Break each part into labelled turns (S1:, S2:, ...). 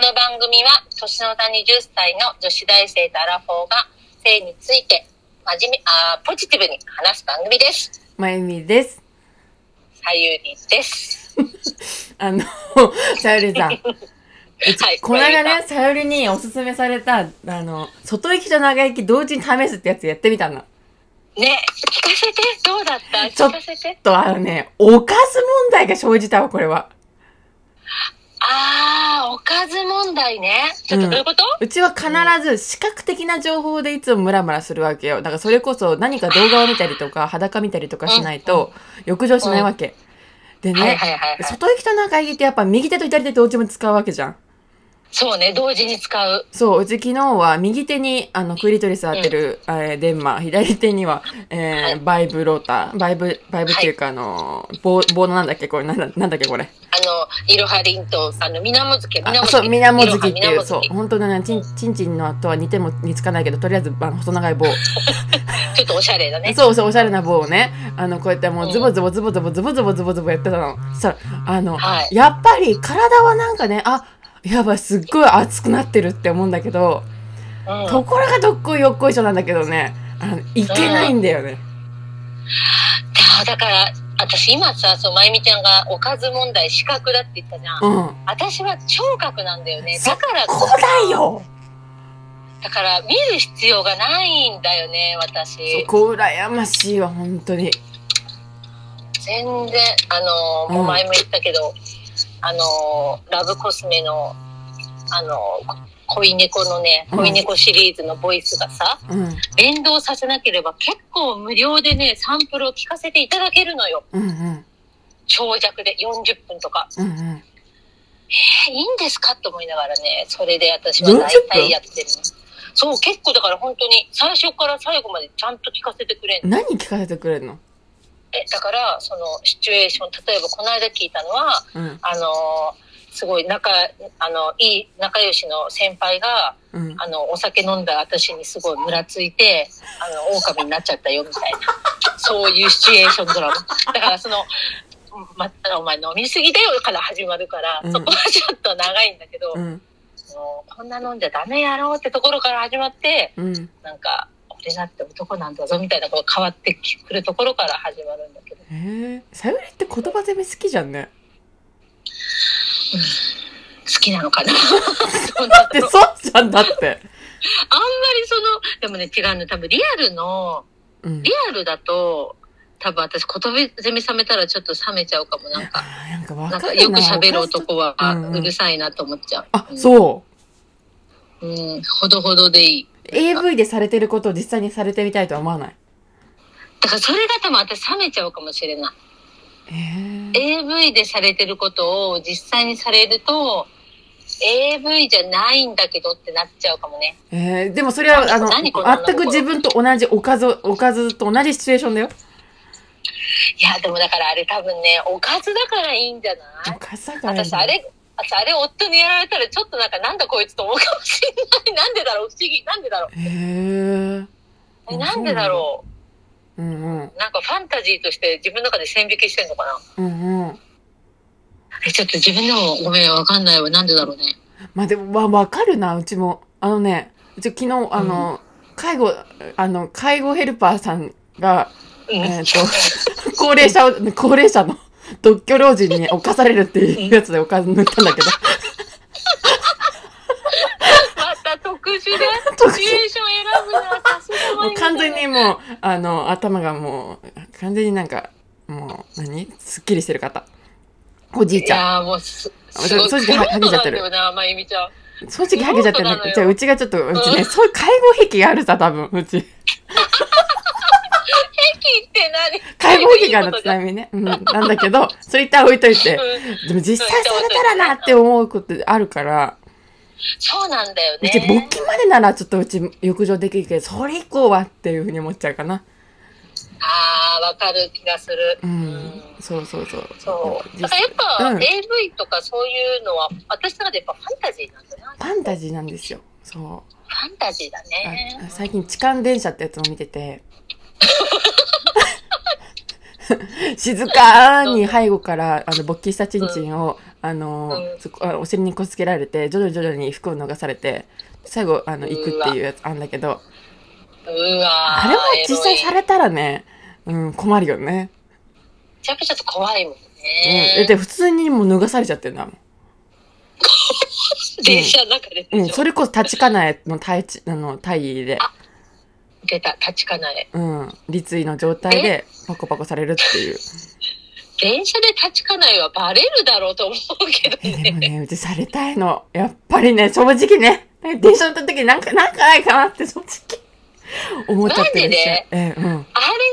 S1: の番組は年の差20歳の女子大生とアラフォーが性について真面目あーポジティブに話す番組です。
S2: まゆみです。
S1: さゆりです。
S2: あの、 さゆりさん。
S1: はい。
S2: この間
S1: まゆ
S2: ね、さゆりにおすすめされた、あの、外行きと長行き同時に試すってやつやってみたの。
S1: りさん。ね、聞かせて。どうだった
S2: ちょ
S1: 聞かせて。
S2: と、あのね、おかず問題が生じたわ、これは。
S1: あー、おかず問題ね。ちょっとどういうこと、
S2: うちは必ず視覚的な情報でいつもムラムラするわけよ。だからそれこそ何か動画を見たりとか、裸見たりとかしないと、浴場しないわけ。で
S1: はい
S2: ね、
S1: はいはいはい。
S2: 外行きと中行きってやっぱ右手と左手どっちも使うわけじゃん。
S1: そうね、同時に使う。
S2: そう、うち昨日は右手にあのクリトリス当てる、えーデンマ、左手には、えー、バイブローター、バイブ、バイブっていうか、あのー、棒、棒のなんだっけこれ、なんだなんだっけこれ。
S1: あの、いろはりんと、あの、みなもづけ、みな
S2: あ、
S1: もづけ。
S2: そう、みなもずき
S1: ろは
S2: って
S1: み
S2: い
S1: な
S2: う、
S1: もづ
S2: そう
S1: け、
S2: 本当だね、ちん、ちんちんの後は似ても似つかないけど、とりあえず、あの、細長い棒。
S1: ちょっとおしゃれだね。
S2: そうそう、おしゃれな棒をね、あの、こうやっても
S1: う
S2: うんズボズボズボズボズボズボズボズボやってたの。そしたら、あの、
S1: はい
S2: やっぱり体はなんかね、あ、やばい、すっごい熱くなってるって思うんだけど、
S1: うん
S2: ところがどっこいよっこいしょなんだけどね、あの、いけないんだよね。
S1: あだから私今さそうまゆみちゃんがおかず問題視覚だって言ったじゃん、
S2: うん。
S1: 私は聴覚なんだよね
S2: そ
S1: だから
S2: こだよ
S1: だから見る必要がないんだよね私
S2: そこ羨ましいわ、本当に。
S1: 全然あのーもう前も言ったけど、あのーラブコスメのあのーこ恋猫のね
S2: うん
S1: 恋猫シリーズのボイスがさ、
S2: うん。
S1: 連動させなければ結構無料でねサンプルを聞かせていただけるのよ
S2: うんうん。
S1: 長尺で40分とか
S2: うんうん。
S1: いいんですかと思いながらね、それで私は大体やってるの。そう、結構だから本当に最初から最後までちゃんと聞かせてくれんの。
S2: 何聞かせてくれるの
S1: え、だから、そのシチュエーション、例えばこの間聞いたのは、
S2: うん。
S1: あのーすごい仲、あの、いい仲良しの先輩が、
S2: うん。
S1: あの、お酒飲んだ私にすごいムラついて、あの、狼になっちゃったよ、みたい な。そういうシチュエーションドラマ。だからその、ま、お前飲みすぎだよから始まるから、
S2: うん
S1: そこはちょっと長いんだけど、
S2: うん。
S1: もうこんな飲んじゃダメやろうってところから始まって
S2: うん。
S1: なんか俺だって男なんだぞみたいなこと変わってくるところから始まるんだけど
S2: えー、さゆりって言葉攻め好きじゃんね。
S1: 好きなの かなどうなん
S2: で、
S1: だろ
S2: そう
S1: う
S2: じゃんだって。
S1: あんまりそのでもね違うの多分リアルの
S2: うん
S1: リ。アルだと多分私言葉攻め冷めたらちょっと冷めちゃうかもなんか
S2: あーなんかわ
S1: なん
S2: か
S1: か
S2: るな
S1: よく喋る男は
S2: うんうん
S1: うるさいなと思っちゃう、
S2: あ、そう。
S1: うん、うん、ほどほどでいい
S2: AV でされてることを実際にされてみたいとは思わない。
S1: だからそれが多分私冷めちゃうかもしれない
S2: えー、
S1: AV でされてることを実際にされると AV じゃないんだけどってなっちゃうかもね
S2: えーでもそれは、あの、
S1: 何こんなの
S2: 全く自分と同じおかず、おかずと同じシチュエーションだよ。
S1: いやでもだからあれ多分ねおかずだからいいんじゃな
S2: お
S1: い
S2: かずだからいいん
S1: 私
S2: だ
S1: あれ私あれ夫にやられたらちょっとなんかなんだこいつと思うかもしれない なんでだろう不思議なんでだろう
S2: へえ。
S1: えなんでだろ
S2: うんうん。
S1: うなんかファンタジーとして自分の中で線引きしてんのかな
S2: うんうん。
S1: えちょっと自分でもごめんわかんないわなんでだろうね
S2: まあでも、わ、わかるな、うちも。あのね、うち昨日、あの、介護、あの、介護ヘルパーさんが、
S1: うん、
S2: えっ、と、 高齢者を、高齢者の独居老人に侵されるっていうやつでおかず塗ったんだけ ど、
S1: また特殊で
S2: 特殊
S1: シチュエーション選ぶなさすが
S2: も
S1: 前
S2: う
S1: みたい
S2: 完
S1: な
S2: 全にもう、あの、頭がもう、完全になんか、もう、何すっきりしてる方。おじい
S1: い
S2: ちゃん。
S1: やーもうす、
S2: あ
S1: すごい。
S2: 正直ははげちゃってる
S1: クロートなんだよな、まゆみちゃん。
S2: 正直ハゲちゃってるんだけど、じ
S1: そうなの
S2: ゃあ
S1: よ
S2: うちがちょっと、うちね、そういう介護癖があるさ、多分、うち。
S1: 駅って何
S2: 解剖期間の津
S1: いい
S2: 波ね。うん。なんだけど、それ一旦置いといて。
S1: こと
S2: でも実際されたらなって思うことあるから、
S1: じゃんそうなんだよ
S2: う
S1: ね。
S2: ち勃起までならちょっとうち浴場できるけど、それ以降はっていうふうに思っちゃうかな。
S1: あー、わかる気がする。
S2: うん。そうそうそう。
S1: そう。
S2: 実
S1: だからやっぱ、
S2: うん
S1: AV とかそういうのは、私の中でやっぱファンタジーなんだな。
S2: ファンタジーなんですよ。そう。
S1: ファンタジーだね
S2: あ。最近痴漢電車ってやつも見てて 静かに背後からあの勃起したチンチンを、あの
S1: う
S2: そこあお尻にこすけられて徐々に徐々に服を脱がされて最後あの行くっていうやつあんだけど
S1: うわー
S2: あれも実際さ
S1: エロい
S2: れたらね、うん、困るよ
S1: め
S2: ね、
S1: ちゃくちゃ怖いもん
S2: うん、
S1: ね
S2: え。で普通にもう脱がされちゃってるんだもん、
S1: 電車の中で
S2: う
S1: で
S2: ん、
S1: しょ
S2: それこそ立ちかなえの体地あの体位で、
S1: 出た、立ちかない。
S2: うん、立位の状態でパコパコされるっていう。
S1: 電車で立ちかないはバレるだろうと思うけど
S2: え、で も
S1: ね。
S2: ね、うちされたいの。やっぱりね、正直ね、電車乗った時なんか、なんかないかなって正直思っちゃってるし。え、うん。
S1: あれ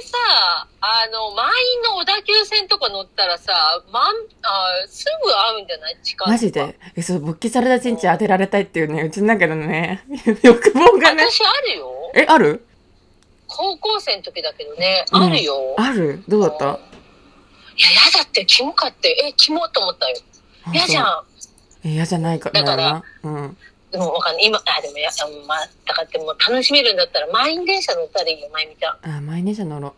S1: さ、あの、満員の小田急線とか乗ったらさ、まん、あすぐ会うんじゃない時間とか
S2: マジで。え、そう、勃起されたチンチン当てられたいっていうね、うちの中のね、欲望がね。
S1: 私あるよ。
S2: え、ある
S1: 高校生の時だけどね、
S2: うん
S1: あるよ。
S2: あるどうだった
S1: いや、やだって、キモかって、え、キモと思ったよ。
S2: あ
S1: 嫌じゃ
S2: そ
S1: ん。
S2: うえ嫌じゃないか
S1: だから
S2: な。うん。
S1: でもわかんない。今、あ、でもや、うんまあ、だからでも楽しめるんだったら、満員電車乗ったらいいよ、まゆみちゃん。
S2: あ、毎日乗ろ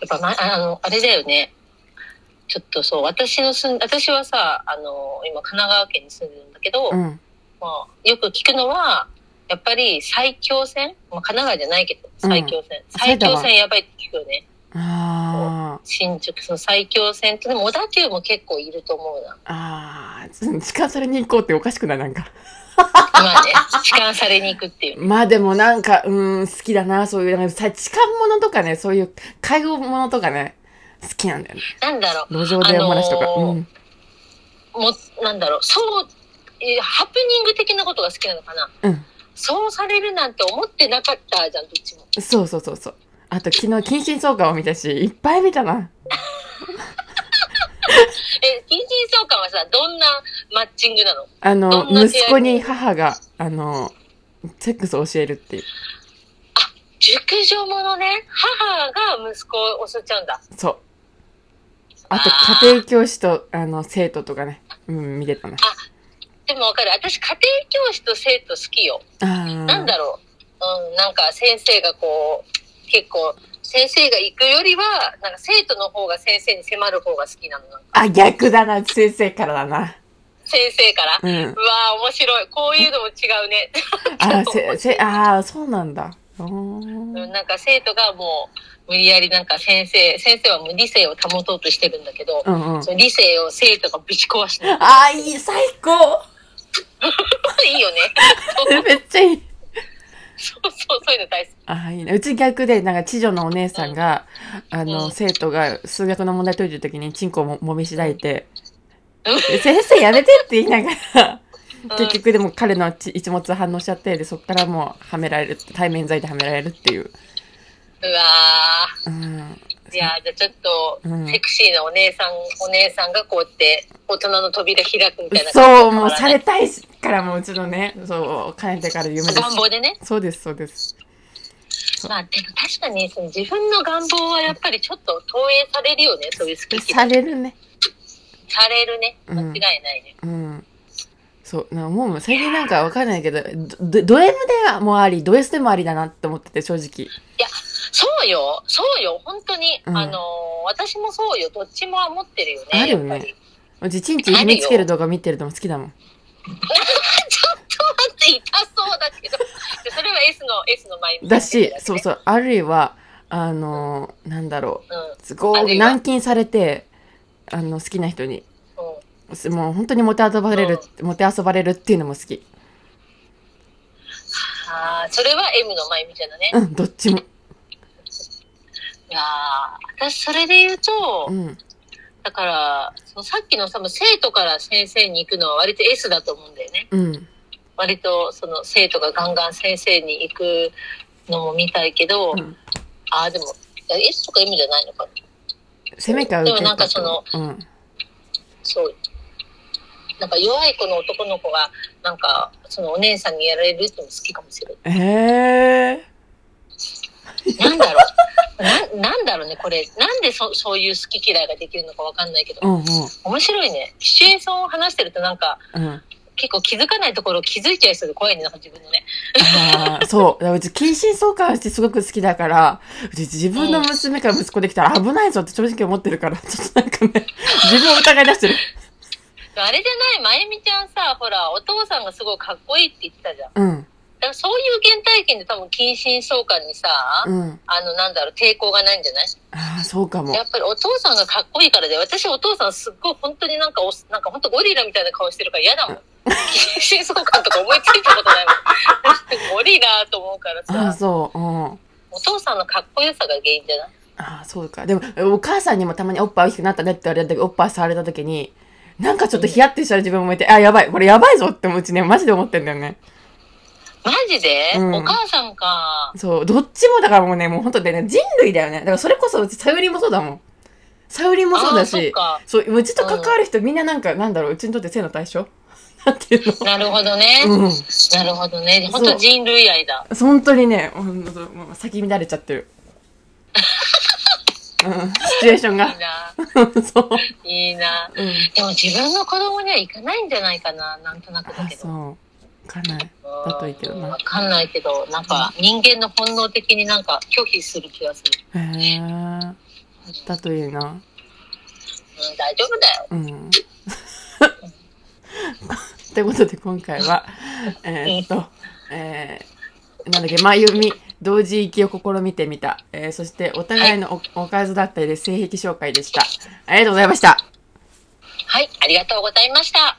S1: やっぱ、ま、あの、あれだよね。ちょっとそう、私の住ん、私はさ、あの、今、神奈川県に住んでるんだけど、
S2: う。うん。
S1: まあ、よく聞くのは、やっぱり最強線、まあ、神奈川じゃないけど、
S2: うん
S1: 最強線。
S2: 埼
S1: 最
S2: 玉
S1: 強線やばいって聞くよね。
S2: あ
S1: 新宿、その最強線と、でも小田急も結構いると思うな
S2: あ。。ああ、近されに行こうっておかしくないなんか。
S1: まあ ね、痴漢されに行くっていう。
S2: まあでもなんか、うーん、好きだな、そういう、なんかさ、痴漢ものとかね、そういう、介護ものとかね、好きなんだよね。
S1: なんだろう。
S2: 路上でお話とか。
S1: あのー
S2: うん。
S1: もなんだろうそうえーハプニング的なことが好きなのかな、
S2: うん
S1: そうされるなんて思ってなかったじゃんどっちも
S2: そうそうそうそう。あと、昨日、近親相関を見たし、いっぱい見たな。
S1: え近親相関はさどんなマッチングなの
S2: あの、
S1: どんな出会い
S2: 息子に母が、あの、セックスを教えるっていう。
S1: 熟女ものね母が息子を襲っちゃうんだ
S2: そう。あと
S1: あ、ー
S2: 家庭教師と、あの、生徒とかね、うん、見てたね。
S1: でもわかる私家庭教師と生徒好きよ、
S2: ああ。
S1: なんだろう、うん、なんか先生がこう結構先生が行くよりはなんか生徒の方が先生に迫る方が好きなのなんか
S2: あ、逆だな、先生からだな。
S1: 先生から、
S2: う。
S1: うん わー面白いこういうのも違うね
S2: あ、せ、せ、ああ、そうなんだ。あ
S1: うん
S2: ー
S1: なんか生徒がもう無理やりなんか先生先生はもう理性を保とうとしてるんだけど、
S2: うんうん。
S1: その理性を生徒がぶち壊して
S2: あーいい、最高
S1: いいよね
S2: めっちゃいい。
S1: そうそうそういうの大好き
S2: あーいいね。うち逆で、なんか、知女のお姉さんが、あ
S1: う
S2: の、
S1: ん
S2: 生徒が数学の問題解いてるときに、チンコをももみしだいて、
S1: うん
S2: え先生やめてって言いながら、
S1: うん
S2: 結局でも彼のち一物反応しちゃって、で、そっからもう、はめられる、対面剤ではめられるっていう。
S1: うわ
S2: うん。
S1: ーいやーじゃあちょっと、
S2: うん
S1: セクシーなお姉さんお姉さんがこうやって大人の扉開くみたいな
S2: そう、もうされたいから、もううちのね、そう、かねてから夢です
S1: 願。望でね
S2: そうです、そうです。
S1: まあでも確かにその自分の願望はやっぱりちょっと投影されるよねそういう好き嫌
S2: さ
S1: い
S2: れるね。
S1: されるね
S2: う
S1: 間
S2: ん
S1: 違いないね、
S2: うん。そう、なんかもう最近なんかわかんないけど、ど、どド M でもあり、ド S でもありだなって思ってて、正直。
S1: そうよ、そうよ、本当に。
S2: うん
S1: あのー、私もそうよ、どっちも持ってるよね。
S2: あるよね
S1: やっぱり
S2: うち、ちんちんひねつける動画見てるのも好きだもん。
S1: ちょっと待って、痛そうだけど。それは S の、S のマインド
S2: だし、そう
S1: う。
S2: そう、あるいは、あのー、なんだろ
S1: うん、
S2: う、すご
S1: あ
S2: く
S1: るいは
S2: 軟禁されて、あの、好きな人に、
S1: うん。
S2: すもう本当にモテ遊ばれる、モテ遊ばれるっていうのも好き。
S1: ああ、それは M のマインドだね。
S2: うん、どっちも。
S1: いやー私それで言うと
S2: う、ん。
S1: だから、そのさっきのさ、生徒から先生に行くのは割と S だと思うんだよね。
S2: うん。
S1: 割と、その生徒がガンガン先生に行くのも見たいけど、
S2: うん
S1: ああ、でも、S とか M じゃないのかな。
S2: 攻めか受け
S1: でもなんかその
S2: うん。
S1: そう。なんか弱い子の男の子が、なんか、そのお姉さんにやられるっても好きかもしれ
S2: ええ
S1: ない。なんだろう。 な、なんだろうね、これ。なんでそそういう好き嫌いができるのかわかんないけど
S2: う。んうん。
S1: 面白いね。シチュエーションを話してるとなんか、
S2: うん。
S1: 結構気づかないところを気づいちゃいそうで怖いね、なんか自分のね。
S2: あーそう。だからうち、近親相関してすごく好きだから、うち自分の娘から息子できたら危ないぞって正直思ってるから、ちょっとなんかね、自分を疑い出してる。
S1: あれじゃないまゆみちゃんさ、ほら、お父さんがすごいかっこいいって言ってたじゃん。だ
S2: うん、
S1: からそういう原体験で多分、近親相関にさ、
S2: うん。
S1: あの、なんだろう、抵抗がないんじゃない
S2: ああ、そうかも
S1: や。っぱりお父さんがかっこいいからで、私お父さんすっごい本当になんかお、なんか本当ゴリラみたいな顔してるから嫌だもん。近親相関とか思いついたことないもん。ゴ リラと思うから
S2: ああ、
S1: さ、
S2: そう。うん。
S1: お父さんのかっこよさが原因じゃない
S2: ああ、そうか。でも、お母さんにもたまにおっぱい大きくなったねって言われた時、おっぱい触れた時に、なんかちょっとヒヤッてしたら自分もいて、あ、やばい、これやばいぞって思ううちね、マジで思ってんだよね。
S1: マジで、
S2: うん
S1: お母さんか。
S2: そう、どっちもだからもうね、もう本当でね、人類だよね。だからそれこそうち、さゆりもそうだもん。さゆりもそうだ
S1: あーそっ
S2: し、
S1: か
S2: そううちと関わる人、みんななんか、なんだろう、うちにとって性の対象 なんていう
S1: なるほどね。
S2: のうん。
S1: なるほどね。
S2: そう
S1: 本当人類愛だ。
S2: 本当にね、ほんともう先乱れちゃって る。うん、シチュエーション
S1: い
S2: が
S1: い。な。
S2: そう。
S1: いいな。
S2: うん。
S1: でも自分の子供には行かないんじゃないかな。なんとなくだ
S2: あ、
S1: け
S2: そ
S1: ど。
S2: う。かなり。
S1: うん
S2: だといいけどな
S1: わかんないけど、なんか人間の本能的になんか拒否する気がする。
S2: へえ。だといいな。
S1: うん、大丈夫だよ。
S2: うん。 ってことで今回は、えーっと、えー、なんだっけ、まゆみ、同時行きを試みてみた。えー、そしてお互いのお,、おかずだったりで性癖紹介でした。ありがとうございました。
S1: はい、ありがとうございました。